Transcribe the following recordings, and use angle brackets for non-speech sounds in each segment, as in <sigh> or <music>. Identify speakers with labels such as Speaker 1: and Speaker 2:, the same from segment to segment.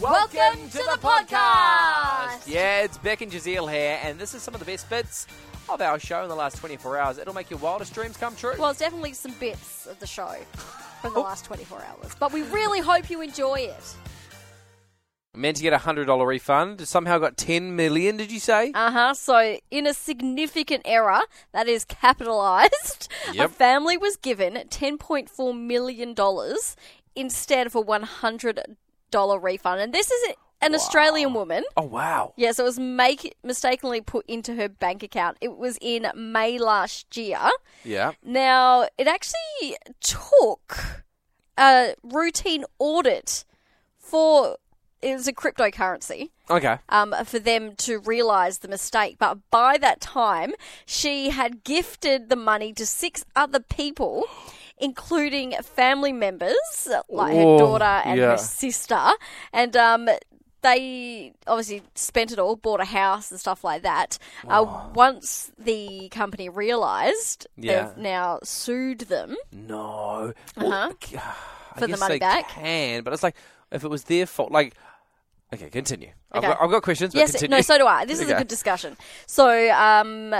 Speaker 1: Welcome to the podcast.
Speaker 2: Yeah, it's Beck and Giselle here, and this is some of the best bits of our show in the last 24 hours. It'll make your wildest dreams come true.
Speaker 1: Well, it's definitely some bits of the show from the last 24 hours, but we really hope you enjoy it.
Speaker 2: Meant to get a $100 refund, somehow got 10 million, did you say?
Speaker 1: Uh huh. So, in a significant error that is capitalized, a
Speaker 2: Yep.
Speaker 1: family was given $10.4 million instead of a $100 refund. And this is an Australian woman.
Speaker 2: oh, wow.
Speaker 1: Yes, it was make mistakenly put into her bank account. It was in May last year.
Speaker 2: Yeah.
Speaker 1: Now, it actually took a routine audit for it was a cryptocurrency
Speaker 2: Okay.
Speaker 1: um, for them to realize the mistake. But by that time, she had gifted the money to six other people, including family members like
Speaker 2: Oh,
Speaker 1: her daughter and
Speaker 2: yeah.
Speaker 1: her sister, and um. They obviously spent it all, bought a house and stuff like that. Uh, once the company realised,
Speaker 2: Yeah.
Speaker 1: they've now sued them.
Speaker 2: No.
Speaker 1: Uh-huh.
Speaker 2: I
Speaker 1: For the
Speaker 2: guess
Speaker 1: money
Speaker 2: they
Speaker 1: back?
Speaker 2: can, but it's like, if it was their fault, like, okay, continue. I've,
Speaker 1: Okay.
Speaker 2: got, I've got questions, but
Speaker 1: yes,
Speaker 2: continue.
Speaker 1: no, so do I. This is a
Speaker 2: Okay.
Speaker 1: good discussion. So, um,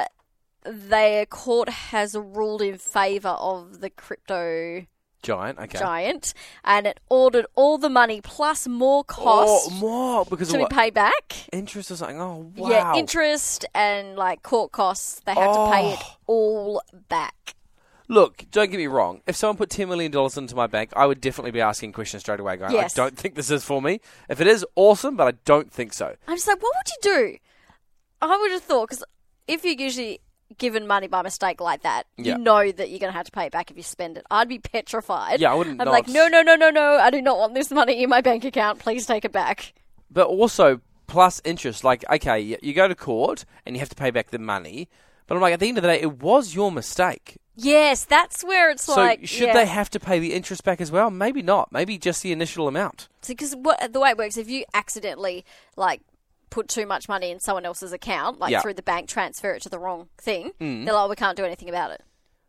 Speaker 1: the court has ruled in favour of the crypto
Speaker 2: Giant, okay.
Speaker 1: giant, and it ordered all the money plus more costs
Speaker 2: Oh, more, because
Speaker 1: to
Speaker 2: of
Speaker 1: be
Speaker 2: what?
Speaker 1: paid back.
Speaker 2: interest or something. Oh, wow.
Speaker 1: Yeah, interest and like court costs. They had to pay it
Speaker 2: Oh.
Speaker 1: all back.
Speaker 2: Look, don't get me wrong. If someone put ten million dollars into my bank, I would definitely be asking questions straight away. Going,
Speaker 1: Yes.
Speaker 2: I don't think this is for me. If it is, awesome, but I don't think so.
Speaker 1: I'm just like, what would you do? I would have thought because if you're usually given money by mistake like that,
Speaker 2: Yeah.
Speaker 1: you know that you're going to have to pay it back if you spend it. I'd be petrified.
Speaker 2: Yeah, I wouldn't
Speaker 1: I'm
Speaker 2: know
Speaker 1: like,
Speaker 2: it's-
Speaker 1: no, no, no, no, no. I do not want this money in my bank account. Please take it back.
Speaker 2: But also, plus interest. Like, okay, y- you go to court and you have to pay back the money. But I'm like, at the end of the day, it was your mistake.
Speaker 1: Yes, that's where it's
Speaker 2: So
Speaker 1: like.
Speaker 2: should
Speaker 1: yeah.
Speaker 2: they have to pay the interest back as well? Maybe not. Maybe just the initial amount.
Speaker 1: because what the way it works, if you accidentally like put too much money in someone else's account, like
Speaker 2: Yeah.
Speaker 1: through the bank, transfer it to the wrong thing, they're like, "Oh, we can't do anything about it.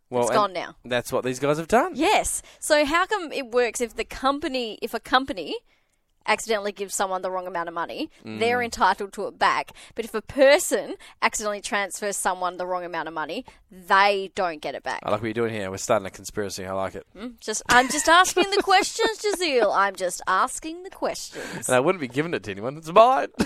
Speaker 2: Well,
Speaker 1: It's
Speaker 2: Oh, and
Speaker 1: gone now.
Speaker 2: That's what these guys have done.
Speaker 1: Yes. So how come it works if the company, if a company accidentally gives someone the wrong amount of money, they're entitled to it back. But if a person accidentally transfers someone the wrong amount of money, they don't get it back.
Speaker 2: I like what you're doing here. We're starting a conspiracy. I like it.
Speaker 1: Just I'm just asking the questions, Jazeel. I'm just asking
Speaker 2: <laughs>
Speaker 1: the questions.
Speaker 2: And I wouldn't be giving it to anyone. It's mine. <laughs>